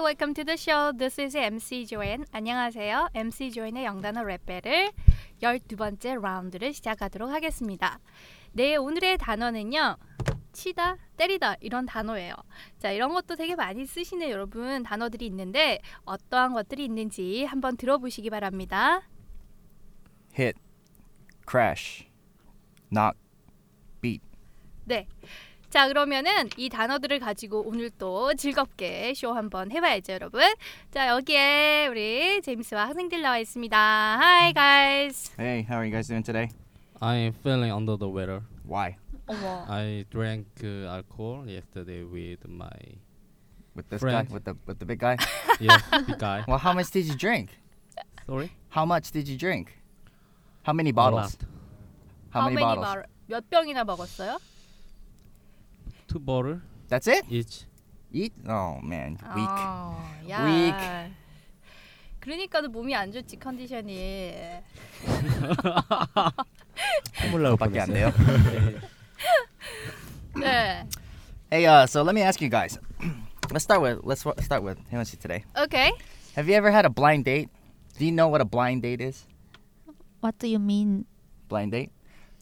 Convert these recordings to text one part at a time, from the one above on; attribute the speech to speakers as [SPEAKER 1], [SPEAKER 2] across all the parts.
[SPEAKER 1] welcome to the show. This is MC Joanne. 안녕하세요. MC Joanne의 영단어 랩벨을 12번째 라운드를 시작하도록 하겠습니다. 네, 오늘의 단어는요. 치다, 때리다 이런 단어예요. 자, 이런 것도 되게 많이 쓰시는 여러분 단어들이 있는데 어떠한 것들이 있는지 한번 들어보시기 바랍니다.
[SPEAKER 2] hit, crash, knock, beat.
[SPEAKER 1] 네. 자, 그러면은 이 단어들을 가지고 오늘 또 즐겁게 쇼 한번 해봐야죠, 여러분. 자, 여기에 우리 제임스와 학생들 나와 있습니다. Hi, guys.
[SPEAKER 2] Hey, how are you guys doing today?
[SPEAKER 3] I am feeling under the weather.
[SPEAKER 2] Why?
[SPEAKER 1] 어머.
[SPEAKER 3] I drank uh, alcohol yesterday with my
[SPEAKER 2] With this
[SPEAKER 3] Friend.
[SPEAKER 2] guy? With the with the big guy?
[SPEAKER 3] yes big guy.
[SPEAKER 2] well, how much did you drink?
[SPEAKER 3] Sorry.
[SPEAKER 2] How much did you drink? How many
[SPEAKER 3] A
[SPEAKER 2] bottles?
[SPEAKER 3] lot.
[SPEAKER 2] How, many, bottles?
[SPEAKER 1] bar- 몇 병이나 먹었어요?
[SPEAKER 3] Two bottle
[SPEAKER 2] That's it?
[SPEAKER 3] each.
[SPEAKER 2] Eat? Oh man, weak.
[SPEAKER 1] 아, 야.
[SPEAKER 2] Weak.
[SPEAKER 1] 그러니까도 몸이 안 좋지 컨디션이. 네.
[SPEAKER 3] 콧물 나올
[SPEAKER 2] 밖에 안
[SPEAKER 3] 뻔했어요.
[SPEAKER 1] 네.
[SPEAKER 2] Hey, uh, so let me ask you guys. let's start with let's wa- start with who wants you today.
[SPEAKER 1] 오케이.
[SPEAKER 2] Have you ever had a blind date? Do you know what a blind date is?
[SPEAKER 4] What do you mean?
[SPEAKER 2] Blind date.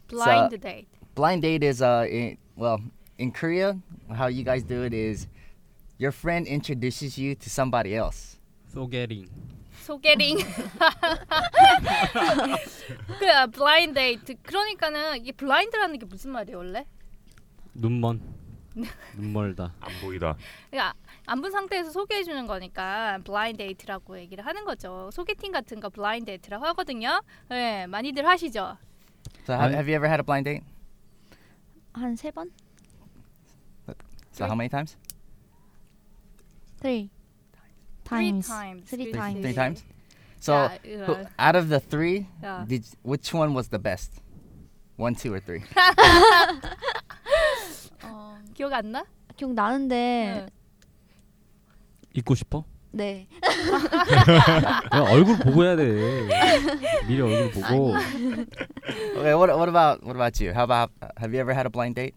[SPEAKER 1] Blind date.
[SPEAKER 2] Blind date is uh, in, well, in Korea, how you guys do it is, your friend introduces you to somebody else.
[SPEAKER 3] So getting.
[SPEAKER 1] 소개링. 그 아, blind date. 그러니까는 이게 blind라는 게 무슨 말이에요, 원래?
[SPEAKER 3] 눈먼. 눈멀다.
[SPEAKER 5] 안 보이다.
[SPEAKER 1] 그러니까 안 본 상태에서 소개해 주는 거니까 블라인드 데이트라고 얘기를 하는 거죠. 소개팅 같은 거 블라인드 데이트라고 하거든요. 네, 많이들 하시죠.
[SPEAKER 2] So have,
[SPEAKER 3] Right.
[SPEAKER 2] have you ever had a blind date?
[SPEAKER 4] 한 세 번?
[SPEAKER 2] So how many times?
[SPEAKER 1] Three
[SPEAKER 4] Three. Times.
[SPEAKER 1] times.
[SPEAKER 4] Three
[SPEAKER 2] Three,
[SPEAKER 4] times.
[SPEAKER 2] three times. So
[SPEAKER 1] yeah,
[SPEAKER 2] who,
[SPEAKER 1] uh,
[SPEAKER 2] out of the three,
[SPEAKER 1] yeah.
[SPEAKER 2] did which one was the best? One, two, or three?
[SPEAKER 1] 어, 기억 안 나?
[SPEAKER 4] 기억 나는데
[SPEAKER 3] 잊고 싶어?
[SPEAKER 4] 네.
[SPEAKER 3] 야, 얼굴 보고 해야 돼. 미리 얼굴 보고.
[SPEAKER 2] Okay. What, what about what about you? How about have you ever had a blind date?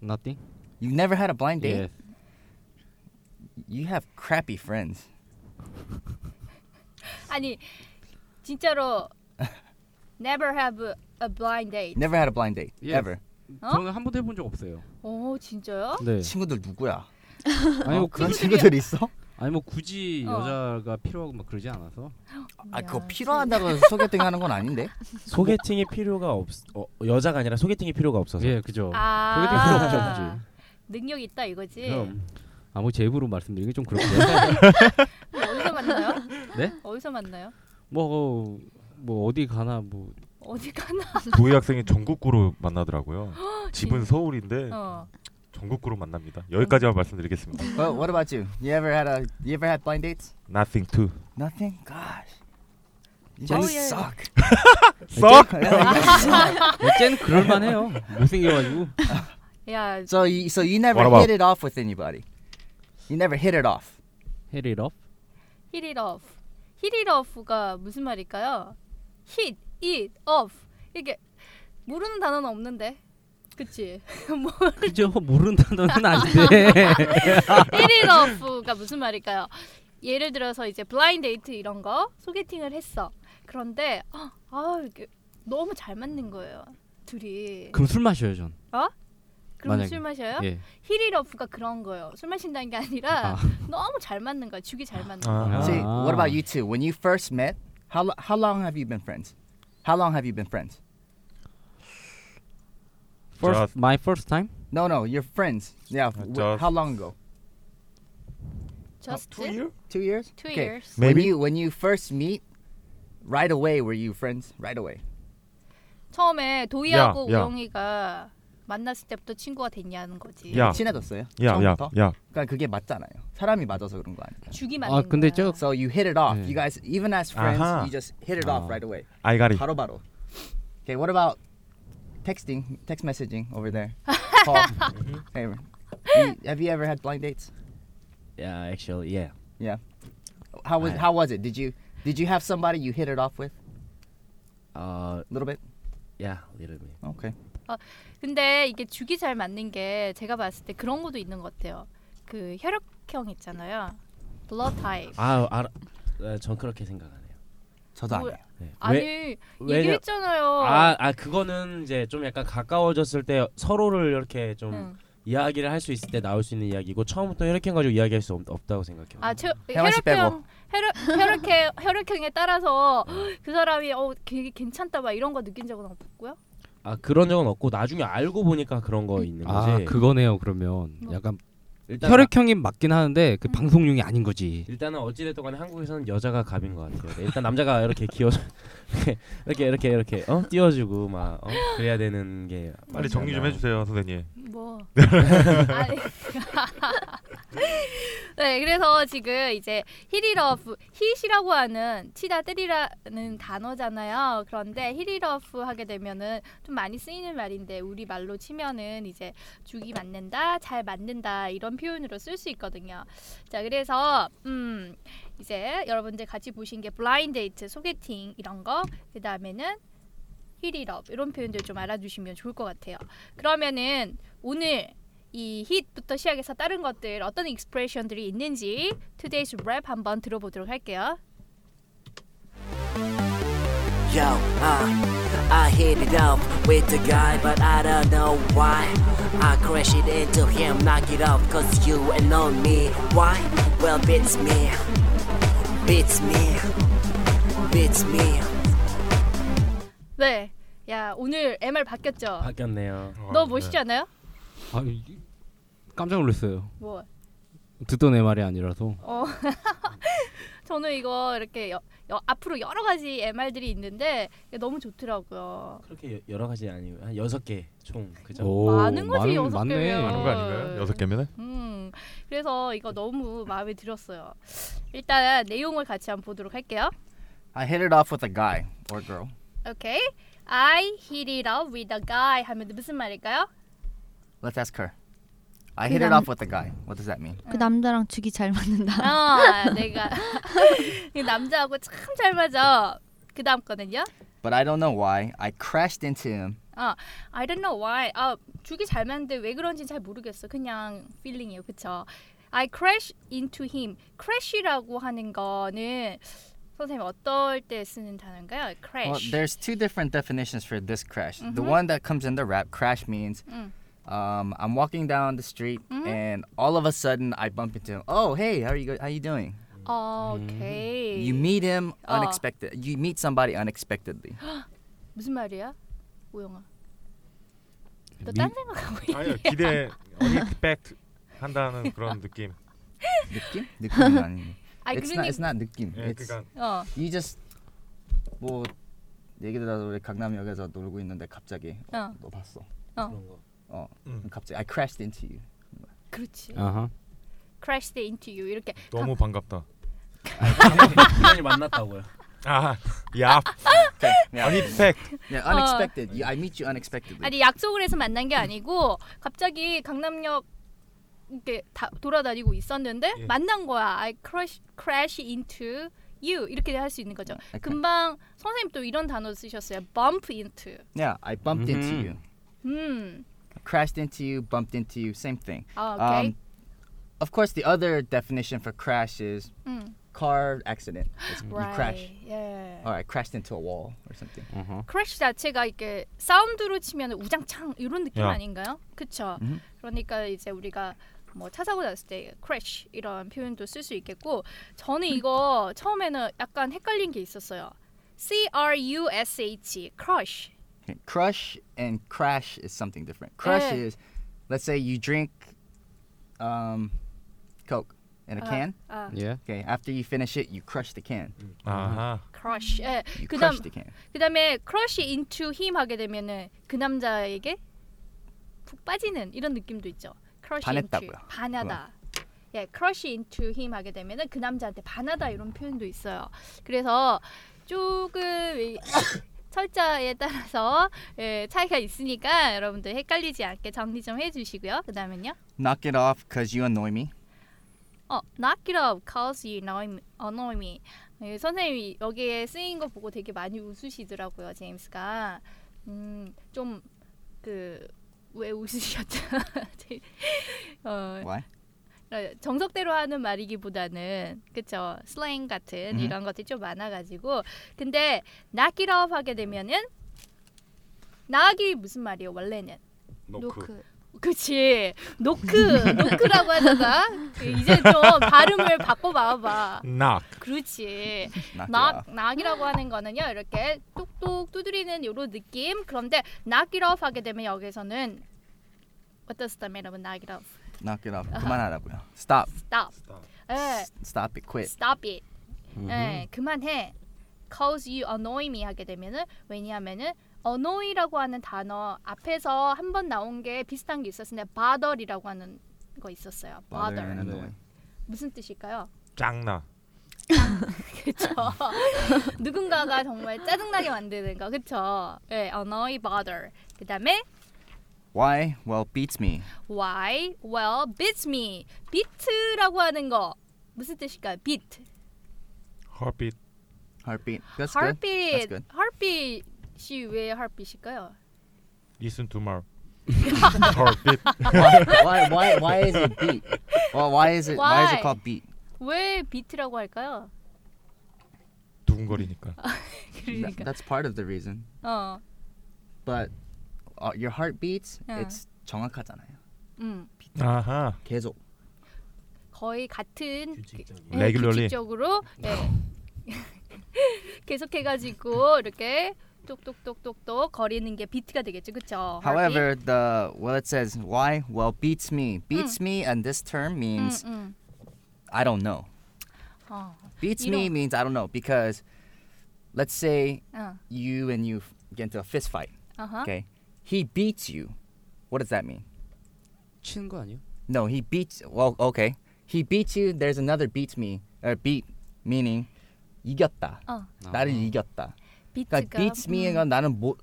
[SPEAKER 3] Nothing.
[SPEAKER 2] You've never had a blind
[SPEAKER 3] Yes.
[SPEAKER 2] date. You have crappy friends.
[SPEAKER 1] 아니 진짜로 never have a blind date.
[SPEAKER 3] 네.
[SPEAKER 2] Never had a blind date
[SPEAKER 3] Yes.
[SPEAKER 2] ever.
[SPEAKER 1] 어?
[SPEAKER 3] 저는 한 번도 해본 적 없어요.
[SPEAKER 1] 오 진짜요?
[SPEAKER 3] 네.
[SPEAKER 2] 친구들 누구야?
[SPEAKER 3] 아니
[SPEAKER 2] 어,
[SPEAKER 3] 뭐
[SPEAKER 2] 그런
[SPEAKER 3] 굳이,
[SPEAKER 2] 친구들 있어?
[SPEAKER 3] 아니 뭐 굳이
[SPEAKER 1] 어.
[SPEAKER 3] 여자가 필요하고 막 그러지 않아서.
[SPEAKER 2] 아 그거
[SPEAKER 1] 야,
[SPEAKER 2] 필요하다고 소개팅하는 건 아닌데.
[SPEAKER 6] 소개팅이 필요가 없 어, 여자가 아니라 소개팅이 필요가 없어서
[SPEAKER 3] 예, 그죠.
[SPEAKER 1] 아.
[SPEAKER 3] 소개팅 필요 없죠, 네. 굳이.
[SPEAKER 1] 능력 있다 이거지.
[SPEAKER 3] 그럼 아무 제 입으로 말씀드리기 좀 그렇고요.
[SPEAKER 1] 어디서 만나요?
[SPEAKER 3] 네?
[SPEAKER 1] 어디서 만나요?
[SPEAKER 3] 뭐뭐 뭐 어디 가나 뭐
[SPEAKER 1] 어디 가나?
[SPEAKER 5] 도희 학생이 전국구로 만나더라고요. 집은 서울인데
[SPEAKER 3] 네.
[SPEAKER 1] 어.
[SPEAKER 5] 전국구로 만납니다. 여기까지만 말씀드리겠습니다.
[SPEAKER 2] Well, what about you? You ever had a you ever had blind dates?
[SPEAKER 5] Nothing to.
[SPEAKER 2] Nothing. Gosh. You
[SPEAKER 1] Oh,
[SPEAKER 2] guys
[SPEAKER 1] yeah, yeah.
[SPEAKER 2] suck.
[SPEAKER 5] 썩.
[SPEAKER 3] 쟤는 그럴만해요. 뭐 못생겨가지고.
[SPEAKER 1] 야
[SPEAKER 2] So you so you never
[SPEAKER 5] What about-
[SPEAKER 2] hit it off with anybody. You never hit it off.
[SPEAKER 3] 헤리 럽.
[SPEAKER 1] hit it off. hit it off가 무슨 말일까요? hit it off. 이게 모르는 단어는 없는데. 그치? 뭐
[SPEAKER 3] 그죠? 모르는 단어는 아닌데.
[SPEAKER 1] hit it off가 무슨 말일까요? 예를 들어서 이제 블라인드 데이트 이런 거 소개팅을 했어. 그런데 아, 아 이게 너무 잘 맞는 거예요. 둘이.
[SPEAKER 3] 그럼 술 마셔요 전.
[SPEAKER 1] 그럼
[SPEAKER 3] 만약에-
[SPEAKER 1] 술 마셔요?
[SPEAKER 3] 예.
[SPEAKER 1] hit it off가 그런 거예요. 술 마신다는 게 아니라
[SPEAKER 3] 아.
[SPEAKER 1] 너무 잘 맞는 거야. 죽이 잘 맞는 거야.
[SPEAKER 5] 아,
[SPEAKER 2] See,
[SPEAKER 3] Ah.
[SPEAKER 2] what about you two? When you first met, how lo- how long have you been friends? How long have you been friends?
[SPEAKER 3] First, my first time.
[SPEAKER 2] No, no, you're friends. Yeah. w-
[SPEAKER 5] just-
[SPEAKER 2] how long ago?
[SPEAKER 1] Just
[SPEAKER 5] two year?
[SPEAKER 2] Two years.
[SPEAKER 1] two
[SPEAKER 2] Okay.
[SPEAKER 1] years.
[SPEAKER 2] When
[SPEAKER 5] Maybe.
[SPEAKER 2] you when you first meet, right away were you friends? Right away.
[SPEAKER 1] 처음에 도희하고
[SPEAKER 5] 야, 야.
[SPEAKER 1] 우영이가 만났을 때부터 친구가 됐냐는 거지.
[SPEAKER 5] 야.
[SPEAKER 2] 친해졌어요.
[SPEAKER 5] 야, 야,
[SPEAKER 2] 처음부터?
[SPEAKER 5] 야.
[SPEAKER 2] 그러니까 그게 맞잖아요. 사람이 맞아서 그런 거 아니에요.
[SPEAKER 1] 죽이 맞는
[SPEAKER 3] 아 근데
[SPEAKER 1] 거야.
[SPEAKER 3] 저
[SPEAKER 2] So you hit it off.
[SPEAKER 3] 네.
[SPEAKER 2] You guys, even as friends,
[SPEAKER 5] 아하.
[SPEAKER 2] you just hit it
[SPEAKER 3] 아.
[SPEAKER 2] off right away.
[SPEAKER 5] 아이가리.
[SPEAKER 2] 바로 바로. Okay, what about texting, text messaging over there? Paul, hey, you- have you ever had blind dates?
[SPEAKER 6] yeah actually yeah
[SPEAKER 2] How was
[SPEAKER 6] I-
[SPEAKER 2] how was it? Did you did you have somebody you hit it off with
[SPEAKER 6] uh
[SPEAKER 2] a little bit?
[SPEAKER 6] yeah little bit
[SPEAKER 2] Okay.
[SPEAKER 1] 근데 이게 죽이 잘 맞는 게 제가 봤을 때 그런 것도 있는 것 같아요. 그 혈액형 있잖아요. blood type.
[SPEAKER 6] 아, 알아. 아, 전 그렇게 생각 안 해요.
[SPEAKER 2] 저도 안
[SPEAKER 1] 뭐야?
[SPEAKER 2] 해요.
[SPEAKER 6] 네.
[SPEAKER 1] 아니
[SPEAKER 6] 왜- 왜냐-
[SPEAKER 1] 얘기했잖아요.
[SPEAKER 6] 아, 아 그거는 이제 좀 약간 가까워졌을 때 서로를 이렇게 좀
[SPEAKER 1] 응.
[SPEAKER 6] 이야기를 할 수 있을 때 나올 수 있는 이야기고 처음부터 혈액형 가지고 이야기할 수 없, 없다고 생각해요.
[SPEAKER 1] 아, 최,
[SPEAKER 2] 혜원 씨
[SPEAKER 1] 혈액형 혈액- 혈액형 혈액형에 따라서 그 사람이 어 되게 괜찮다 막 이런 거 느낀 적은 없고요.
[SPEAKER 6] 아 그런 적은 없고 나중에 알고 보니까 그런 거 있는 거지.
[SPEAKER 3] 아 그거네요 그러면
[SPEAKER 1] 뭐.
[SPEAKER 3] 약간
[SPEAKER 6] 일단
[SPEAKER 3] 혈액형이 맞긴 하는데 그
[SPEAKER 1] 음.
[SPEAKER 3] 방송용이 아닌 거지
[SPEAKER 6] 일단은 어찌됐든 간에 한국에서는 여자가 갑인 것 같아요. 네, 일단 남자가 이렇게 기어서 이렇게 이렇게 이렇게 어 띄워주고 막 어? 그래야 되는 게
[SPEAKER 5] 빨리 정리 좀
[SPEAKER 6] 맞잖아요.
[SPEAKER 5] 해주세요 선생님.
[SPEAKER 1] 뭐. 아니. 네, 그래서 지금 이제 히리러프, 히시라고 하는 치다 때리라는 단어잖아요. 그런데 히리러프 하게 되면은 좀 많이 쓰이는 말인데 우리 말로 치면은 이제 죽이 맞는다, 잘 맞는다 이런 표현으로 쓸 수 있거든요. 자, 그래서 음 이제 여러분들 같이 보신 게 블라인드 데이트, 소개팅 이런 거, 그 다음에는 히리러 이런 표현들 좀 알아주시면 좋을 것 같아요. 그러면은 오늘 이 hit부터 시작해서 다른 것들 어떤 익스프레션들이 있는지 today's rap 한번 들어보도록 할게요.
[SPEAKER 7] Yo, uh, I hit it off with the guy, but I don't know why. I crashed it into him, knock it off, cause you and not me. Why? Well, beats me, beats me, beats me.
[SPEAKER 1] 네, 야 오늘 MR 바뀌었죠.
[SPEAKER 6] 바뀌었네요.
[SPEAKER 5] 어,
[SPEAKER 1] 너무 멋있지 않아요?
[SPEAKER 3] 아 이- 깜짝 놀랐어요
[SPEAKER 1] 뭐,
[SPEAKER 3] 듣던 애 말이 아니라서
[SPEAKER 1] 어, 저는 이거 이렇게 여, 여, 앞으로 여러 가지 MR들이 있는데 이게 너무 좋더라고요.
[SPEAKER 6] 그렇게 여, 여러 가지 아니고 한 여섯 개 총 그죠?
[SPEAKER 3] 오,
[SPEAKER 1] 많은
[SPEAKER 3] 많은-
[SPEAKER 1] 거지, 여섯
[SPEAKER 3] 많네.
[SPEAKER 1] 개면.
[SPEAKER 5] 많은 거 아닌가요? 여섯 개면은?
[SPEAKER 1] 음, 그래서 이거 너무 마음에 들었어요. 일단 내용을 같이 한번 보도록 할게요.
[SPEAKER 2] I hit it off with a guy or girl.
[SPEAKER 1] 오케이, I hit it up with a guy 하면 무슨 말일까요?
[SPEAKER 2] Let's ask her. I hit it
[SPEAKER 4] 그냥-
[SPEAKER 2] off with a guy. What does that mean?
[SPEAKER 4] 그 남자랑 죽이 잘 맞는다.
[SPEAKER 1] 아, 내가 이 남자하고 참 잘 맞아. 그 다음 거는요?
[SPEAKER 2] But I don't know why I crashed into him.
[SPEAKER 1] 아, I don't know why. 아, 죽이 잘 맞는데 왜 그런지 잘 모르겠어. 그냥 feeling이에요, 그쵸? I crash into him. crash이라고 하는 거는 선생님 어떨 때 쓰는 단어인가요?
[SPEAKER 2] Well,
[SPEAKER 1] crash.
[SPEAKER 2] there's two different definitions for this crash. The
[SPEAKER 1] Mhm.
[SPEAKER 2] one that comes in the rap crash means
[SPEAKER 1] Mm.
[SPEAKER 2] um, I'm walking down the street
[SPEAKER 1] Mhm.
[SPEAKER 2] and all of a sudden I bump into him. Oh, hey, how are you? Go- how you doing?
[SPEAKER 1] 어, 오케이.
[SPEAKER 2] 네. 음. You meet him
[SPEAKER 1] Oh.
[SPEAKER 2] unexpected. You meet somebody unexpectedly.
[SPEAKER 1] 무슨 말이야? 오영아.
[SPEAKER 3] 미-
[SPEAKER 1] 너딴 생각하고 있네.
[SPEAKER 5] 아니요 기대 unexpect 한다는 그런 느낌.
[SPEAKER 2] 느낌? 느낌은 아니에요.
[SPEAKER 1] 아,
[SPEAKER 2] it's not.
[SPEAKER 1] 그러니
[SPEAKER 2] It's not 느낌.
[SPEAKER 5] 예,
[SPEAKER 2] It's
[SPEAKER 5] 그러니까
[SPEAKER 1] 어.
[SPEAKER 2] you just 뭐 얘기 들어서 우리 강남역에서 놀고 있는데 갑자기 어,
[SPEAKER 1] 어.
[SPEAKER 2] 너 봤어.
[SPEAKER 6] 그런 거.
[SPEAKER 2] 어,
[SPEAKER 5] 음.
[SPEAKER 2] 갑자기 I crashed into you.
[SPEAKER 1] 그렇지.
[SPEAKER 2] 어.
[SPEAKER 3] 아하
[SPEAKER 1] crashed into you 이렇게
[SPEAKER 5] 너무 반갑다.
[SPEAKER 6] 사람이 만났다고요.
[SPEAKER 5] 아, 야,
[SPEAKER 2] Okay. Yeah.
[SPEAKER 5] unexpect.
[SPEAKER 2] yeah, unexpected. You, I meet you unexpectedly.
[SPEAKER 1] 아니 약속을 해서 만난 게 아니고 갑자기 강남역 이렇게 다, 돌아다니고 있었는데
[SPEAKER 5] 예.
[SPEAKER 1] 만난 거야. I crash crash into you 이렇게 할 수 있는 거죠.
[SPEAKER 2] Okay.
[SPEAKER 1] 금방 선생님 또 이런 단어 쓰셨어요. bump into.
[SPEAKER 2] Yeah, I bumped into
[SPEAKER 3] Mhm.
[SPEAKER 2] you.
[SPEAKER 1] 음.
[SPEAKER 2] Crashed into you, bumped into you, same thing.
[SPEAKER 1] 아, 오케이.
[SPEAKER 2] Um, of course, the other definition for crash is
[SPEAKER 1] 음.
[SPEAKER 2] car accident. It's, You crash.
[SPEAKER 1] Right. 예.
[SPEAKER 2] Or I crashed into a wall or something.
[SPEAKER 3] 아하
[SPEAKER 1] crash 자체가 이렇게 사운드로 치면 우장창 이런 느낌
[SPEAKER 5] 야.
[SPEAKER 1] 아닌가요? 그쵸?
[SPEAKER 2] 음.
[SPEAKER 1] 그러니까 이제 우리가 뭐차 사고 났을 때 crash 이런 표현도 쓸 수 있겠고 저는 이거 처음에는 약간 헷갈린 게 있었어요. C R U S H crush.
[SPEAKER 2] Okay, Crush and crash is something different. Crush
[SPEAKER 1] Eh.
[SPEAKER 2] is, let's say you drink um, Coke in a
[SPEAKER 1] Uh.
[SPEAKER 2] can.
[SPEAKER 1] 아,
[SPEAKER 3] 예
[SPEAKER 2] Okay, after you finish it, you crush the can.
[SPEAKER 5] 음. 아하.
[SPEAKER 1] crush. 예.
[SPEAKER 2] You
[SPEAKER 1] 그다음
[SPEAKER 2] crush the can.
[SPEAKER 1] 그다음에 crush into him 하게 되면은 그 남자에게 푹 빠지는 이런 느낌도 있죠. crush into
[SPEAKER 2] 반했다고요. 어.
[SPEAKER 1] 반하다. 예, crush into him 하게 되면은 그 남자한테 반하다 이런 표현도 있어요. 그래서 조금 이- 철자에 따라서 예, 차이가 있으니까 여러분들 헷갈리지 않게 정리 좀 해주시고요. 그다음은요.
[SPEAKER 2] Knock it off because you annoy me.
[SPEAKER 1] 어, knock it off, cause you annoy me. annoy me. 예, 선생님이 여기에 쓰인 거 보고 되게 많이 웃으시더라고요, 제임스가. 음, 좀 그 왜 웃으셨죠? 제- 어, Uh,
[SPEAKER 2] Why?
[SPEAKER 1] 어, 정석대로 하는 말이기보다는 그쵸 슬랭 같은
[SPEAKER 2] 음.
[SPEAKER 1] 이런 것들이 좀 많아가지고 근데 knock it off 하게 되면은 knock이 무슨 말이에요 원래는
[SPEAKER 4] 노크.
[SPEAKER 1] 그치 노크 노크라고 하다가 그 이제 좀 발음을 바꿔봐봐
[SPEAKER 5] knock.
[SPEAKER 1] 그렇지
[SPEAKER 2] knock it
[SPEAKER 1] 낙
[SPEAKER 2] off.
[SPEAKER 1] 낙이라고 하는 거는요 이렇게 뚝뚝 두드리는 요런 느낌 그런데 낙이라고 하게 되면 여기서는 What does that mean? 낙이라고
[SPEAKER 2] knock it off.
[SPEAKER 1] Uh-huh.
[SPEAKER 2] 그만하라고요. Stop.
[SPEAKER 1] stop 예
[SPEAKER 2] Stop it. Quit.
[SPEAKER 1] stop it 예 그만해 cause you annoy me 하게 되면은 왜냐하면은 annoy라고 하는 단어 앞에서 한 번 나온 게 비슷한 게 있었는데 bother이라고 하는 거 있었어요
[SPEAKER 2] Bother
[SPEAKER 1] bother
[SPEAKER 2] and annoy.
[SPEAKER 1] 무슨 뜻일까요?
[SPEAKER 5] 짱나.
[SPEAKER 1] 그쵸. 누군가가 정말 짜증나게 만드는 거, 그쵸? 예, annoy, bother. 그 다음에
[SPEAKER 2] Why? Well, beats me.
[SPEAKER 1] why, well, beats me. beat라고 하는 거 무슨 뜻일까요? beat.
[SPEAKER 5] heartbeat.
[SPEAKER 2] Heartbeat. That's
[SPEAKER 1] heartbeat.
[SPEAKER 2] good. That's good.
[SPEAKER 1] heartbeat이 왜 heartbeat일까요?
[SPEAKER 5] listen to my heartbeat.
[SPEAKER 2] why? Why? Why is it beat? Well, why is it? Why, is
[SPEAKER 1] Why?
[SPEAKER 2] it called beat?
[SPEAKER 1] 왜 beat라고 할까요?
[SPEAKER 5] 두근거리니까.
[SPEAKER 2] Th-
[SPEAKER 1] 그러니까.
[SPEAKER 2] that's part of the reason.
[SPEAKER 1] 어,
[SPEAKER 2] But uh, your heart beats.
[SPEAKER 1] 어.
[SPEAKER 2] It's 정확하잖아요.
[SPEAKER 1] 음,
[SPEAKER 5] 아하.
[SPEAKER 2] 계속.
[SPEAKER 1] 거의 같은
[SPEAKER 6] 규칙적인.
[SPEAKER 1] 예,
[SPEAKER 5] Regularly.
[SPEAKER 1] 규칙적으로 예. 계속해가지고 이렇게 똑똑똑똑똑 거리는 게 비트가 되겠죠, 그렇죠?
[SPEAKER 2] However, the well it says why? Well, beats
[SPEAKER 1] Hmm.
[SPEAKER 2] me. Beats me, and this term
[SPEAKER 1] 음,
[SPEAKER 2] means
[SPEAKER 1] 음.
[SPEAKER 2] I don't know.
[SPEAKER 1] 어,
[SPEAKER 2] Beats
[SPEAKER 1] hmm. You
[SPEAKER 2] me
[SPEAKER 1] don't-
[SPEAKER 2] means I don't know because let's say
[SPEAKER 1] 어,
[SPEAKER 2] you and you f- get into a fist fight.
[SPEAKER 1] 어허.
[SPEAKER 2] Okay. He beats you. What does that mean?
[SPEAKER 8] 치는 거 아니에요?
[SPEAKER 2] No, he beats. Well, okay. He beats you. There's another beats me. Or beat meaning 이겼다.
[SPEAKER 1] 어.
[SPEAKER 2] 나를 이겼다.
[SPEAKER 1] 비트가
[SPEAKER 2] 그러니까 beats
[SPEAKER 1] 음.
[SPEAKER 2] me인 건 나는 모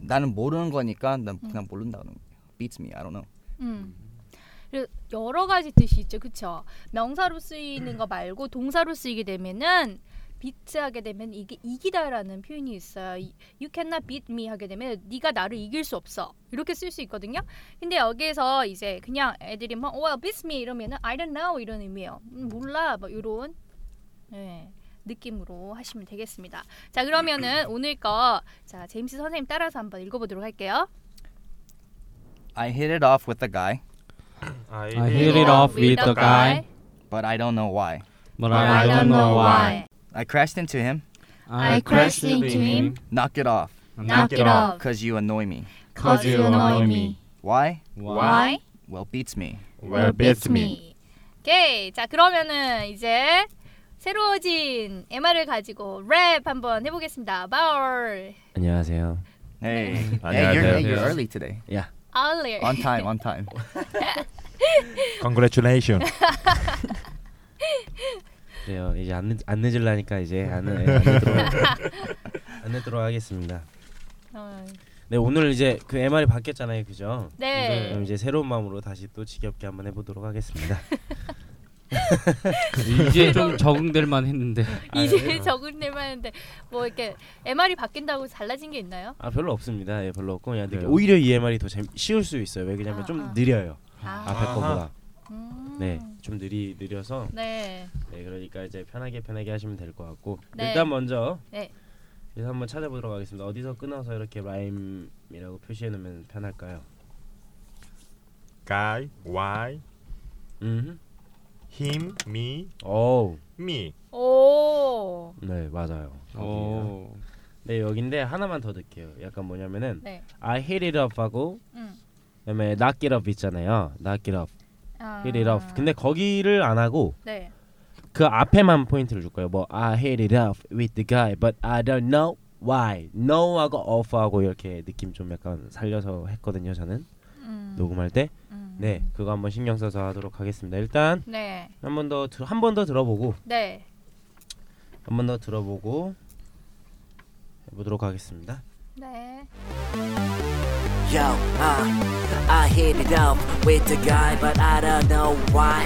[SPEAKER 2] 나는 모르는 거니까 난 그냥 모른다는 거예요. Beats me. I don't know.
[SPEAKER 1] 음, 음. 그리고 여러 가지 뜻이 있죠, 그렇죠? 명사로 쓰이는 거 말고 동사로 쓰이게 되면은 비트하게 되면 이게 이기다라는 표현이 있어요. 이- You cannot beat me 하게 되면 네가 나를 이길 수 없어 이렇게 쓸 수 있거든요. 근데 여기에서 이제 그냥 애들이 막 well beat me 이러면은 I don't know 이런 의미예요. 음, 몰라 뭐 이런 네, 느낌으로 하시면 되겠습니다. 자 그러면은 오늘 거자 제임스 선생님 따라서 한번 읽어보도록 할게요.
[SPEAKER 2] I hit it off with a guy,
[SPEAKER 5] I
[SPEAKER 3] I hit it off with a guy,
[SPEAKER 2] but I don't know why.
[SPEAKER 3] but I don't know why.
[SPEAKER 2] I crashed into him.
[SPEAKER 3] 아,
[SPEAKER 4] I crashed into him.
[SPEAKER 2] Knock it off,
[SPEAKER 4] Knock it
[SPEAKER 1] Oh.
[SPEAKER 4] off.
[SPEAKER 2] cause you annoy me.
[SPEAKER 4] Cause you annoy me.
[SPEAKER 2] Why?
[SPEAKER 4] Why?
[SPEAKER 2] Well, beats me.
[SPEAKER 4] Well, beats me.
[SPEAKER 1] 오케이. 자, 그러면은 이제 새로워진 MR을 가지고 랩 한번 해보겠습니다. 바울.
[SPEAKER 6] 안녕하세요.
[SPEAKER 2] Hey, hey,
[SPEAKER 5] 안녕하세요.
[SPEAKER 2] you're, hey, you're early today.
[SPEAKER 1] 알리.
[SPEAKER 2] On time, on time.
[SPEAKER 5] Congratulations.
[SPEAKER 6] 그래요. 이제 안, 늦, 안 늦으려니까 이제 안, 안 늦도록 안 늦도록 하겠습니다.
[SPEAKER 1] 어,
[SPEAKER 6] 네 오늘 이제 그 MR이 바뀌었잖아요, 그죠? 그럼
[SPEAKER 1] 네.
[SPEAKER 6] 이제 새로운 마음으로 다시 또 지겹게 한번 해보도록 하겠습니다.
[SPEAKER 8] 이제 좀 적응될만 했는데
[SPEAKER 1] 이제 적응될 만한데 뭐 이렇게 MR이 바뀐다고 달라진 게 있나요?
[SPEAKER 6] 아 별로 없습니다. 예, 별로 없고 그냥 되게
[SPEAKER 3] 그래요?
[SPEAKER 6] 오히려 이 MR이 더 재미, 쉬울 수 있어요. 왜 그러냐면
[SPEAKER 1] 아,
[SPEAKER 6] 좀
[SPEAKER 1] 아.
[SPEAKER 6] 느려요.
[SPEAKER 1] 아.
[SPEAKER 6] 앞에 거보다.
[SPEAKER 1] 음.
[SPEAKER 6] 네, 좀 느리 느려서
[SPEAKER 1] 네.
[SPEAKER 6] 네 그러니까 이제 편하게 편하게 하시면 될 것 같고
[SPEAKER 1] 네.
[SPEAKER 6] 일단 먼저
[SPEAKER 1] 네.
[SPEAKER 6] 그래서 한번 찾아보도록 하겠습니다. 어디서 끊어서 이렇게 라임이라고 표시해 놓으면 편할까요?
[SPEAKER 5] guy, why,
[SPEAKER 6] 음.
[SPEAKER 5] him, me,
[SPEAKER 6] 오.
[SPEAKER 5] me.
[SPEAKER 1] 오.
[SPEAKER 6] 네 맞아요. 여기예요.
[SPEAKER 8] 오
[SPEAKER 6] 네 여기인데 하나만 더 넣을게요. 약간 뭐냐면은
[SPEAKER 1] 네.
[SPEAKER 6] I hit it up 하고
[SPEAKER 1] 음.
[SPEAKER 6] 그다음에 knock it up 있잖아요. knock it up,
[SPEAKER 1] 아.
[SPEAKER 6] hit it up. 근데 거기를 안 하고
[SPEAKER 1] 네.
[SPEAKER 6] 그 앞에만 포인트를 줄 거예요. 뭐 I hit it up with the guy, but I don't know why. No 하고 off 하고 이렇게 느낌 좀 약간 살려서 했거든요. 저는
[SPEAKER 1] 음.
[SPEAKER 6] 녹음할 때.
[SPEAKER 1] 음.
[SPEAKER 6] 네 그거 한번 신경 써서 하도록 하겠습니다. 일단
[SPEAKER 1] 네.
[SPEAKER 6] 한 번 더 한 번 더 들어보고
[SPEAKER 1] 네.
[SPEAKER 6] 한 번 더 들어보고 해보도록 하겠습니다.
[SPEAKER 1] 네.
[SPEAKER 7] Yo, uh, I hit it off with the guy, but I don't know why.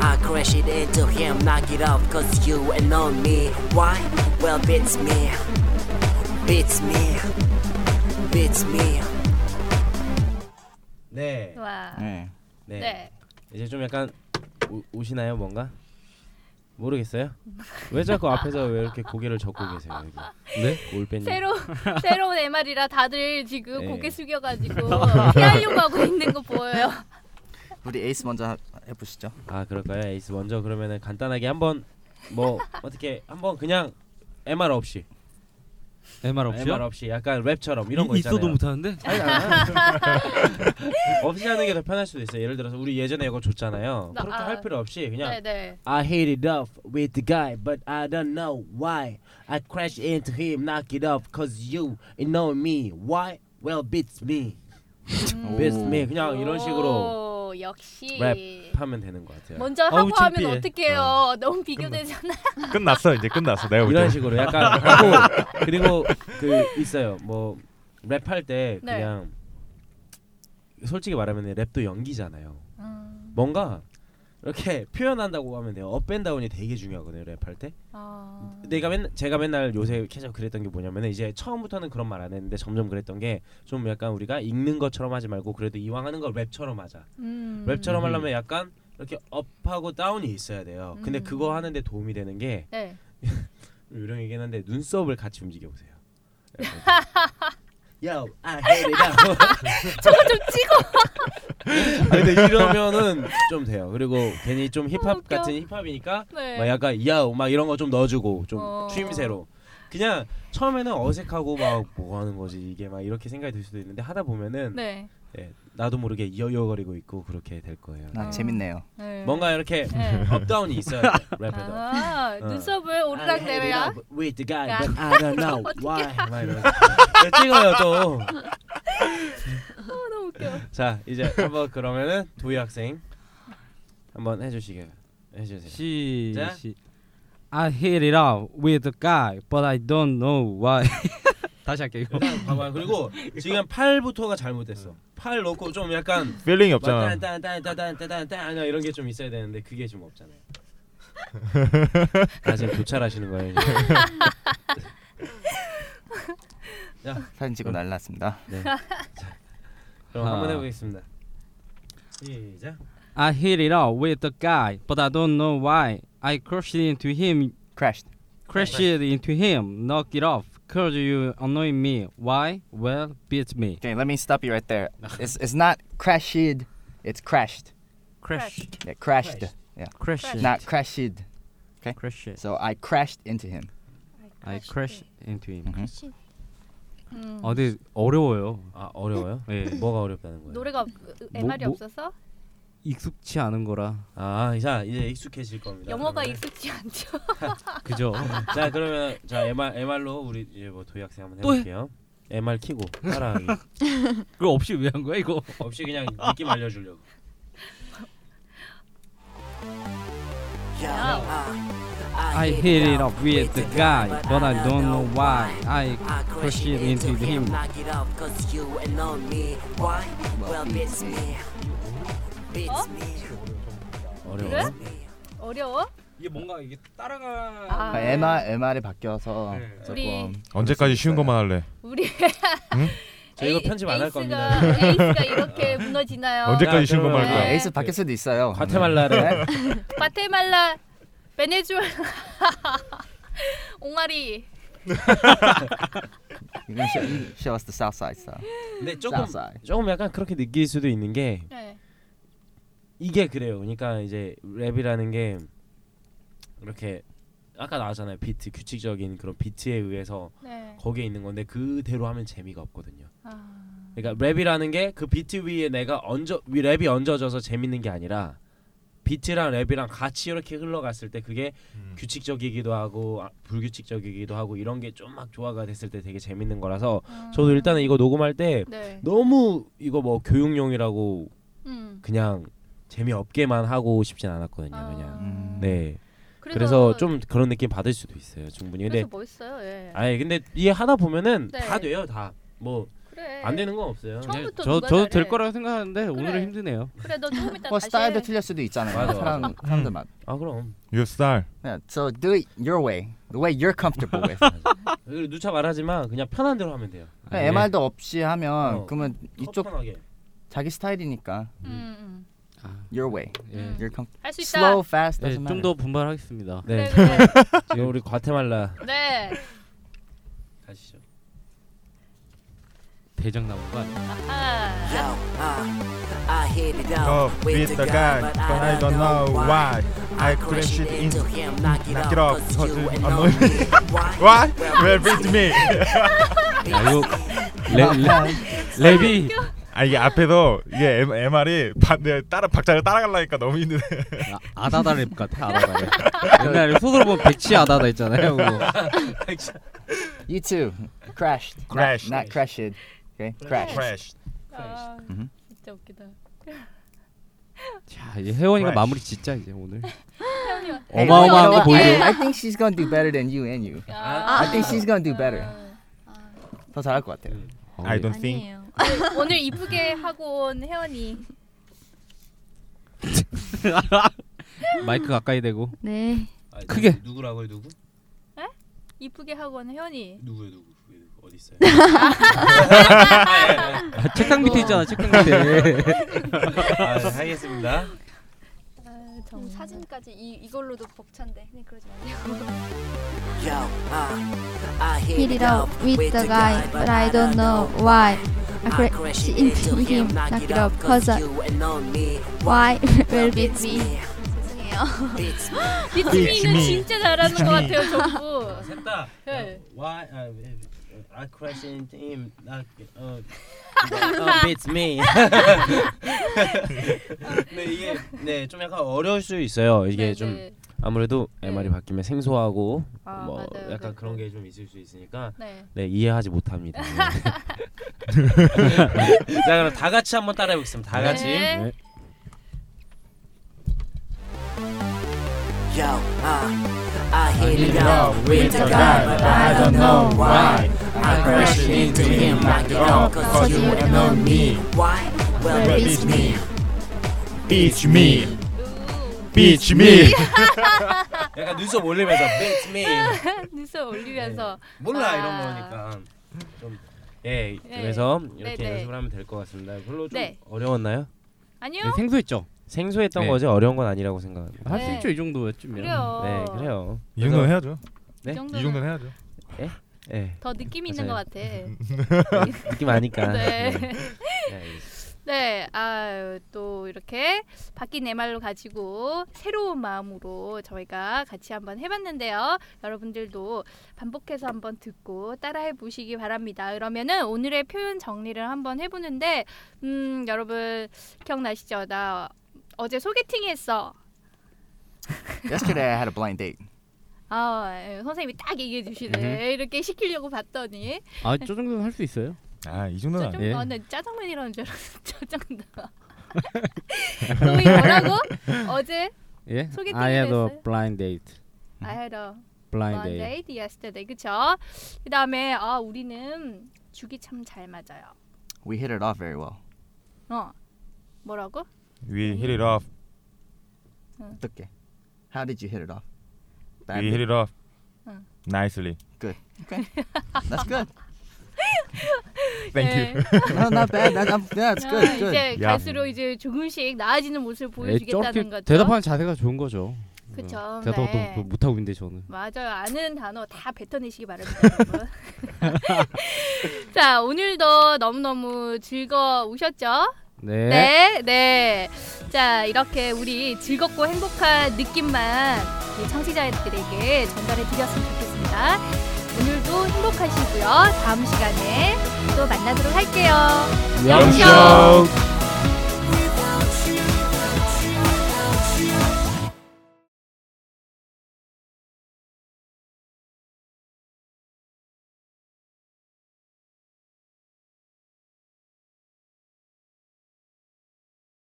[SPEAKER 7] I crashed it into him, knock it off, cause you annoy me. Why? Well, beats me, beats me, beats me.
[SPEAKER 6] 네.
[SPEAKER 1] 와.
[SPEAKER 2] 네.
[SPEAKER 6] 네.
[SPEAKER 1] 네.
[SPEAKER 6] 이제 좀 약간 우, 우시나요 뭔가? 모르겠어요. 왜 자꾸 앞에서 왜 이렇게 고개를 젓고 계세요? 여기? 네? 올빼님.
[SPEAKER 1] 새로 새로운 MR이라 다들 지금
[SPEAKER 6] 네.
[SPEAKER 1] 고개 숙여가지고 피하려고 하고 있는 거 보여요.
[SPEAKER 2] 우리 에이스 먼저 하- 해보시죠.
[SPEAKER 6] 아 그럴까요? 에이스 먼저 그러면은 간단하게 한번 뭐 어떻게 한번 그냥 MR 없이
[SPEAKER 8] MR 네, 없이요?
[SPEAKER 6] MR 없이 약간 랩처럼 이런 거
[SPEAKER 8] 이-
[SPEAKER 6] 있잖아요.
[SPEAKER 8] 있어도 못하는데?
[SPEAKER 6] 아니, 아니. 없이 하는 게 더 편할 수도 있어요. 예를 들어서 우리 예전에 이거 줬잖아요.
[SPEAKER 1] 나-
[SPEAKER 6] 그렇게
[SPEAKER 1] 아.
[SPEAKER 6] 할 필요 없이 그냥
[SPEAKER 1] 네네.
[SPEAKER 6] I hit it off with the guy, but I don't know why. I crashed into him, knock it off, cause you know me. Why? Well, beats me. beats me. 그냥 이런 식으로
[SPEAKER 1] 음. 오, 역시
[SPEAKER 6] 랩 하면 되는 것 같아요.
[SPEAKER 1] 먼저 하고
[SPEAKER 8] 어우,
[SPEAKER 1] 하면
[SPEAKER 8] 창피해.
[SPEAKER 1] 어떡해요? 너무 비교되잖아.
[SPEAKER 5] 끝났어 이제 끝났어 내가 볼
[SPEAKER 6] 이런
[SPEAKER 5] 때.
[SPEAKER 6] 식으로 약간 하고 그리고 그 있어요. 뭐 랩할 때
[SPEAKER 1] 네.
[SPEAKER 6] 그냥 솔직히 말하면 랩도 연기잖아요.
[SPEAKER 1] 음,
[SPEAKER 6] 뭔가 이렇게 표현한다고 하면 돼요. 업앤다운이 되게 중요하거든요. 랩할 때.
[SPEAKER 1] 아,
[SPEAKER 6] 내가 맨 제가 맨날 요새 계속 그랬던 게 뭐냐면은 이제 처음부터는 그런 말 안 했는데 점점 그랬던 게 좀 약간 우리가 읽는 것처럼 하지 말고 그래도 이왕 하는 걸 랩처럼 하자.
[SPEAKER 1] 음.
[SPEAKER 6] 랩처럼 하려면 약간 이렇게 업하고 다운이 있어야 돼요. 근데
[SPEAKER 1] 음.
[SPEAKER 6] 그거 하는데 도움이 되는 게
[SPEAKER 1] 네.
[SPEAKER 6] 요령 얘기긴 한데 눈썹을 같이 움직여 보세요. 예. Yo, I hate it. out.
[SPEAKER 1] 저거 좀 찍어.
[SPEAKER 6] 아니, 근데 이러면은 좀 돼요. 그리고 괜히 좀
[SPEAKER 1] 어,
[SPEAKER 6] 힙합
[SPEAKER 1] 웃겨.
[SPEAKER 6] 같은 힙합이니까
[SPEAKER 1] 네.
[SPEAKER 6] 막 약간 야우 막 이런 거 좀 넣어주고 좀
[SPEAKER 1] 어.
[SPEAKER 6] 추임새로 그냥 처음에는 어색하고 막 뭐 하는 거지 이게 막 이렇게 생각이 들 수도 있는데 하다 보면은
[SPEAKER 1] 네.
[SPEAKER 6] 예, 나도 모르게 이어이어거리고 있고 그렇게 될 거예요.
[SPEAKER 2] 아,
[SPEAKER 1] 음.
[SPEAKER 2] 재밌네요.
[SPEAKER 1] 네.
[SPEAKER 6] 뭔가 이렇게
[SPEAKER 1] 네.
[SPEAKER 6] 업다운이 있어야 돼 랩에도.
[SPEAKER 1] 아,
[SPEAKER 6] 어.
[SPEAKER 1] 눈썹을 오르락
[SPEAKER 6] 아,
[SPEAKER 1] 내리락.
[SPEAKER 6] With the guy,
[SPEAKER 1] 야.
[SPEAKER 6] but I don't know why. 막 이러면서. 네, 찍어요 또.
[SPEAKER 1] 아, 너무 웃겨.
[SPEAKER 6] 자 이제 한번 그러면은 도희 학생 한번 해주시게 해주세요.
[SPEAKER 8] 시,
[SPEAKER 6] 자.
[SPEAKER 8] 시. I hit it out with a guy, but I don't know why. 다시 할게요. 이거.
[SPEAKER 6] 봐봐 그리고 지금 팔부터가 잘못됐어. 팔 넣고 좀 약간
[SPEAKER 5] 필링이
[SPEAKER 6] 막
[SPEAKER 5] 없잖아.
[SPEAKER 6] 딴딴딴딴딴딴딴 이런 게 좀 있어야 되는데 그게 좀 없잖아요. 아 지금 도찰하시는 거예요. 지금.
[SPEAKER 2] 사진 찍고 날랐습니다.
[SPEAKER 6] 그럼
[SPEAKER 8] 아.
[SPEAKER 6] 한번 해보겠습니다. 시작.
[SPEAKER 8] I hit it out with a guy, but I don't know why. I crashed into him,
[SPEAKER 2] Crashed.
[SPEAKER 8] crashed into him, knock it off. Cause you annoy me. Why? Well, beat me.
[SPEAKER 2] Okay, let me stop you right there. It's it's not crashed. It's crashed.
[SPEAKER 1] Crashed.
[SPEAKER 2] Yeah, crashed. Yeah,
[SPEAKER 8] crashed.
[SPEAKER 2] not crashed.
[SPEAKER 8] crashed.
[SPEAKER 2] So I crashed into him.
[SPEAKER 8] I crashed into him.
[SPEAKER 2] Mhm.
[SPEAKER 6] 뭐,
[SPEAKER 1] 음.
[SPEAKER 8] 아, 근데 어려워요.
[SPEAKER 6] 아 어려워요?
[SPEAKER 8] 예.
[SPEAKER 6] 뭐가 어렵다는 거예요?
[SPEAKER 1] 노래가 없- MR이
[SPEAKER 8] 뭐-
[SPEAKER 1] 없어서
[SPEAKER 8] 익숙치 않은 거라.
[SPEAKER 6] 아자 이제 익숙해질 겁니다.
[SPEAKER 1] 영어가
[SPEAKER 6] 그러면.
[SPEAKER 1] 익숙지 않죠.
[SPEAKER 8] 그죠?
[SPEAKER 6] 자 그러면 자 MR MR로 우리 이제 뭐 도희 학생 한번
[SPEAKER 8] 또 해?
[SPEAKER 6] 해볼게요. MR 키고 따라하기.
[SPEAKER 8] 그거 없이 왜 한 거야, 이거?
[SPEAKER 6] 없이 그냥 느낌 알려주려고.
[SPEAKER 7] Yo,
[SPEAKER 1] No.
[SPEAKER 7] uh,
[SPEAKER 8] I hit it up with the guy, but I don't know why. I
[SPEAKER 7] I
[SPEAKER 8] crashed into him.
[SPEAKER 7] Knock it off, cause you and on me. Why? Well, beats me.
[SPEAKER 9] Oh.
[SPEAKER 7] Beats me.
[SPEAKER 6] 어려워.
[SPEAKER 1] 어려워?
[SPEAKER 8] 이게 뭔가 이게 따라가.
[SPEAKER 1] 아,
[SPEAKER 2] MR MR이 바뀌어서
[SPEAKER 6] 네.
[SPEAKER 1] 우리-
[SPEAKER 2] 조금
[SPEAKER 5] 언제까지 쉬운
[SPEAKER 2] 있어요.
[SPEAKER 5] 것만 할래?
[SPEAKER 1] 우리
[SPEAKER 6] 저 이거
[SPEAKER 1] 에이-
[SPEAKER 6] 편집 안할
[SPEAKER 1] 에이스가-
[SPEAKER 6] 겁니다.
[SPEAKER 1] 에이스가 이렇게 무너지나요?
[SPEAKER 5] 언제까지
[SPEAKER 6] 야,
[SPEAKER 5] 쉬운 것만 할
[SPEAKER 1] 그러면-
[SPEAKER 5] 거야?
[SPEAKER 2] 네, 에이스 바뀔 수도 있어요.
[SPEAKER 6] 과테말라를
[SPEAKER 2] 네.
[SPEAKER 1] 과테말라, 베네수엘라, 옹알이.
[SPEAKER 2] You can show, show us the south side stuff.
[SPEAKER 6] 근데 조금
[SPEAKER 2] South side.
[SPEAKER 6] 조금 약간 그렇게 느낄 수도 있는 게
[SPEAKER 1] 네.
[SPEAKER 6] 이게 그래요. 그러니까 이제 랩이라는 게 이렇게 아까 나왔잖아요. 비트 규칙적인 그런 비트에 의해서
[SPEAKER 1] 네.
[SPEAKER 6] 거기에 있는 건데 그대로 하면 재미가 없거든요.
[SPEAKER 1] 아,
[SPEAKER 6] 그러니까 랩이라는 게 그 비트 위에 내가 얹어 위 랩이 얹어져서 재밌는 게 아니라 비트랑 랩이랑 같이 이렇게 흘러갔을 때 그게
[SPEAKER 4] 음.
[SPEAKER 6] 규칙적이기도 하고 아, 불규칙적이기도 하고 이런 게 좀 막 조화가 됐을 때 되게 재밌는 거라서
[SPEAKER 1] 아.
[SPEAKER 6] 저도 일단은 이거 녹음할 때
[SPEAKER 1] 네.
[SPEAKER 6] 너무 이거 뭐 교육용이라고
[SPEAKER 1] 음.
[SPEAKER 6] 그냥 재미없게만 하고 싶진 않았거든요 그냥
[SPEAKER 2] 음.
[SPEAKER 6] 네
[SPEAKER 1] 아. 그래서,
[SPEAKER 6] 그래서 좀 그런 느낌 받을 수도 있어요 충분히 근데
[SPEAKER 1] 그래서 뭐 있어요? 예.
[SPEAKER 6] 아니 근데 이게 하다 보면은
[SPEAKER 1] 네.
[SPEAKER 6] 다 돼요 다 뭐 안
[SPEAKER 1] 그래.
[SPEAKER 6] 되는 건 없어요 네.
[SPEAKER 1] 처음부터
[SPEAKER 8] 저
[SPEAKER 1] 누가
[SPEAKER 8] 저도 될
[SPEAKER 1] 잘해?
[SPEAKER 8] 거라고 생각하는데 오늘은 힘드네요.
[SPEAKER 1] 그래 너 조금 이따
[SPEAKER 2] 뭐
[SPEAKER 1] 다시.
[SPEAKER 2] 스타일도
[SPEAKER 1] 해.
[SPEAKER 2] 틀릴 수도 있잖아요.
[SPEAKER 6] 맞아, 맞아.
[SPEAKER 2] 사람 사람들 맛.
[SPEAKER 6] 아 그럼
[SPEAKER 5] Your style.
[SPEAKER 2] Yeah, so do it your way, the way you're comfortable with.
[SPEAKER 6] 그리고 누차 말하지만 그냥 편한 대로 하면 돼요
[SPEAKER 2] 그냥 MR도 네, 없이 하면
[SPEAKER 6] 어.
[SPEAKER 2] 그러면 이쪽
[SPEAKER 6] 편하게
[SPEAKER 2] 자기 스타일이니까
[SPEAKER 1] 음, 음.
[SPEAKER 8] 아,
[SPEAKER 2] your way.
[SPEAKER 1] 음.
[SPEAKER 2] You're comfortable.
[SPEAKER 1] 할 수 있다.
[SPEAKER 2] Slow, fast,
[SPEAKER 8] 네,
[SPEAKER 2] doesn't matter.
[SPEAKER 8] 좀더 분발하겠습니다.
[SPEAKER 1] 네.
[SPEAKER 6] 네. 지금 우리 과테말라
[SPEAKER 1] 네. 네.
[SPEAKER 6] 가시죠.
[SPEAKER 8] 대장 나무가
[SPEAKER 1] 아.
[SPEAKER 7] Yo, uh, I hit it
[SPEAKER 4] Go
[SPEAKER 7] off
[SPEAKER 4] with Oh, the guy, but I don't know why. I crashed it into
[SPEAKER 7] him, knock it off,
[SPEAKER 4] knock it off,
[SPEAKER 7] cause
[SPEAKER 4] cause
[SPEAKER 7] you
[SPEAKER 4] you
[SPEAKER 7] annoy
[SPEAKER 4] annoy
[SPEAKER 7] me. Why?
[SPEAKER 4] Why?
[SPEAKER 7] Well,
[SPEAKER 4] Well, beat me.
[SPEAKER 3] 야 이거 레,
[SPEAKER 8] 아,
[SPEAKER 3] 레, 랩이
[SPEAKER 4] 아 이게 앞에도 이게 M, MR이 바, 내 따라 박자를 따라가려니까 너무 힘드네.
[SPEAKER 8] 아, 다다랩 같아 아다다랩. 옛날에 소설로 보면 백치 아다다 있잖아요. 그거.
[SPEAKER 2] You too. Crashed. Not-
[SPEAKER 4] Crashed.
[SPEAKER 2] Not, crashed. Okay. Crashed.
[SPEAKER 4] Crash.
[SPEAKER 1] 아.
[SPEAKER 6] 음.
[SPEAKER 2] Mhm.
[SPEAKER 1] 진짜 웃기다.
[SPEAKER 8] 자 이제 혜원이가
[SPEAKER 4] Fresh.
[SPEAKER 8] 마무리 짓자 이제 오늘.
[SPEAKER 2] Hey, you
[SPEAKER 8] 어마어마한
[SPEAKER 2] know
[SPEAKER 8] 거
[SPEAKER 2] what?
[SPEAKER 8] 보여줘.
[SPEAKER 2] I think she's gonna do better than you and you.
[SPEAKER 1] 아.
[SPEAKER 2] I think she's gonna do better. 더 잘할 것 같아요.
[SPEAKER 3] 어,
[SPEAKER 4] I don't think.
[SPEAKER 10] 아니에요.
[SPEAKER 1] 오늘 이쁘게 하고 온 혜원이.
[SPEAKER 8] 마이크 가까이 대고.
[SPEAKER 10] 네.
[SPEAKER 6] 아,
[SPEAKER 8] 크게.
[SPEAKER 6] 누, 누구라고요 누구?
[SPEAKER 1] 이쁘게 하고 온 혜원이.
[SPEAKER 6] 누구요 누구? 왜, 누구? 어디 있어요?
[SPEAKER 8] 아, 책상 밑에 있잖아 책상 밑에.
[SPEAKER 6] 아, 네, 알겠습니다.
[SPEAKER 1] 아,
[SPEAKER 10] 음,
[SPEAKER 1] 정말.
[SPEAKER 10] 사진까지 이 이걸로도 벅찬데. 네, 그러지 마세요.
[SPEAKER 7] Yo, uh, I hit
[SPEAKER 9] hit it up with the guy, but I don't know why. I
[SPEAKER 4] 아,
[SPEAKER 7] I
[SPEAKER 9] crashed
[SPEAKER 7] crashed
[SPEAKER 9] into him, knock it off, cause I-
[SPEAKER 7] you annoy me.
[SPEAKER 9] why will beat me.
[SPEAKER 10] 죄송해요.
[SPEAKER 7] Beats me.
[SPEAKER 6] 아, 예,
[SPEAKER 1] 비트미는
[SPEAKER 4] 비트미.
[SPEAKER 1] 진짜 잘하는 것 같아요, 전부.
[SPEAKER 6] 셋다.
[SPEAKER 1] 네.
[SPEAKER 6] Why 아, I, I questioned him? 아, Not, uh,
[SPEAKER 1] 아.
[SPEAKER 6] beats me. 네 이게 네좀 약간 어려울 수 있어요. 이게
[SPEAKER 1] 네,
[SPEAKER 6] 좀
[SPEAKER 1] 네.
[SPEAKER 6] 아무래도
[SPEAKER 1] 네.
[SPEAKER 6] MR이 바뀌면 생소하고
[SPEAKER 1] 아,
[SPEAKER 6] 뭐
[SPEAKER 1] 맞아요.
[SPEAKER 6] 약간
[SPEAKER 1] 네,
[SPEAKER 6] 그런
[SPEAKER 1] 네.
[SPEAKER 6] 게 좀 있을 수 있으니까
[SPEAKER 1] 네.
[SPEAKER 6] 네 이해하지 못합니다. 네. 자 그럼 다 같이 한번 따라해 보겠습니다. 다 같이.
[SPEAKER 1] 네.
[SPEAKER 3] 네.
[SPEAKER 7] Yo, uh, I hit it
[SPEAKER 4] up
[SPEAKER 7] off with the guy, but I don't know why. I crashed into him, knock it
[SPEAKER 4] Oh,
[SPEAKER 7] off, cause 어, you annoy me. Why? Well, beats me.
[SPEAKER 4] Beat me.
[SPEAKER 1] 우.
[SPEAKER 4] Beat me.
[SPEAKER 6] 약간 눈썹 올리면서 beats me.
[SPEAKER 1] 눈썹 올리면서.
[SPEAKER 6] 몰라
[SPEAKER 1] 아.
[SPEAKER 6] 이런 거니까 좀 예,
[SPEAKER 1] 네.
[SPEAKER 6] 그래서
[SPEAKER 1] 네,
[SPEAKER 6] 이렇게
[SPEAKER 1] 네.
[SPEAKER 6] 연습을 하면 될 것 같습니다. 별로 좀
[SPEAKER 1] 네.
[SPEAKER 6] 어려웠나요?
[SPEAKER 1] 아니요.
[SPEAKER 8] 네, 생소했죠.
[SPEAKER 6] 생소했던
[SPEAKER 8] 네.
[SPEAKER 6] 거지 어려운 건 아니라고 생각합니다.
[SPEAKER 8] 할 수
[SPEAKER 1] 네.
[SPEAKER 8] 있죠 이 정도였으면.
[SPEAKER 1] 그래요.
[SPEAKER 6] 네, 그래요.
[SPEAKER 4] 이 정도는 해야죠.
[SPEAKER 6] 네?
[SPEAKER 1] 이
[SPEAKER 4] 이
[SPEAKER 1] 정도는
[SPEAKER 4] 정도는 해야죠.
[SPEAKER 6] 예,
[SPEAKER 1] 더 느낌 있는 것
[SPEAKER 6] 맞아요.
[SPEAKER 1] 같아.
[SPEAKER 6] 느낌 아니까.
[SPEAKER 1] 네.
[SPEAKER 6] 네, 알겠습니다.
[SPEAKER 1] 네, 아유, 또 이렇게 바뀐 MR로 가지고 새로운 마음으로 저희가 같이 한번 해봤는데요. 여러분들도 반복해서 한번 듣고 따라해 보시기 바랍니다. 그러면은 오늘의 표현 정리를 한번 해보는데, 음, 여러분 기억나시죠? 나 어제 소개팅 했어.
[SPEAKER 2] Yesterday I had a blind date.
[SPEAKER 1] 아, 예, 선생님이 딱 얘기해 주시네. 이렇게 시키려고 봤더니
[SPEAKER 8] 아저 정도는 할 수 있어요.
[SPEAKER 4] 아 이 정도는
[SPEAKER 1] 짜장,
[SPEAKER 4] 아니에요.
[SPEAKER 8] 예.
[SPEAKER 1] 아, 나 짜장면이라는 줄 알았어. 짜장면. 너희 뭐라고? 어제
[SPEAKER 8] 예.
[SPEAKER 1] 소개팅이
[SPEAKER 8] I had a
[SPEAKER 1] 됐어요?
[SPEAKER 8] blind date.
[SPEAKER 1] I had a
[SPEAKER 8] blind
[SPEAKER 1] blind
[SPEAKER 8] date.
[SPEAKER 1] date yesterday. 그쵸? 그 다음에 아 우리는 죽이 참 잘 맞아요.
[SPEAKER 2] We hit it off very well.
[SPEAKER 1] 어 뭐라고?
[SPEAKER 4] We hit it off.
[SPEAKER 2] 어떻게? How did you hit it off?
[SPEAKER 4] We hit it off.
[SPEAKER 1] 응.
[SPEAKER 4] Nicely.
[SPEAKER 2] That's good.
[SPEAKER 1] 네.
[SPEAKER 4] Thank you.
[SPEAKER 2] No, not bad. That, I'm, yeah, it's
[SPEAKER 1] 아,
[SPEAKER 2] good. Good.
[SPEAKER 1] 이제
[SPEAKER 4] 야.
[SPEAKER 1] 갈수록 이제 조금씩 나아지는 모습을
[SPEAKER 8] 예,
[SPEAKER 1] 보여주겠다는 거죠.
[SPEAKER 8] 대답하는 자세가 좋은 거죠. 음.
[SPEAKER 1] 그쵸,
[SPEAKER 8] 대답
[SPEAKER 1] 네.
[SPEAKER 8] 또 못하고 있는데 저는.
[SPEAKER 1] 맞아요. 아는 단어 다 뱉어내시기 바랍니다. 여러분. 자 오늘도 너무너무 즐거우셨죠?
[SPEAKER 8] 네.
[SPEAKER 1] 네, 네. 자, 이렇게 우리 즐겁고 행복한 느낌만 우리 청취자들에게 전달해 드렸으면 좋겠습니다. 오늘도 행복하시고요. 다음 시간에 또 만나도록 할게요.
[SPEAKER 4] 영쇼.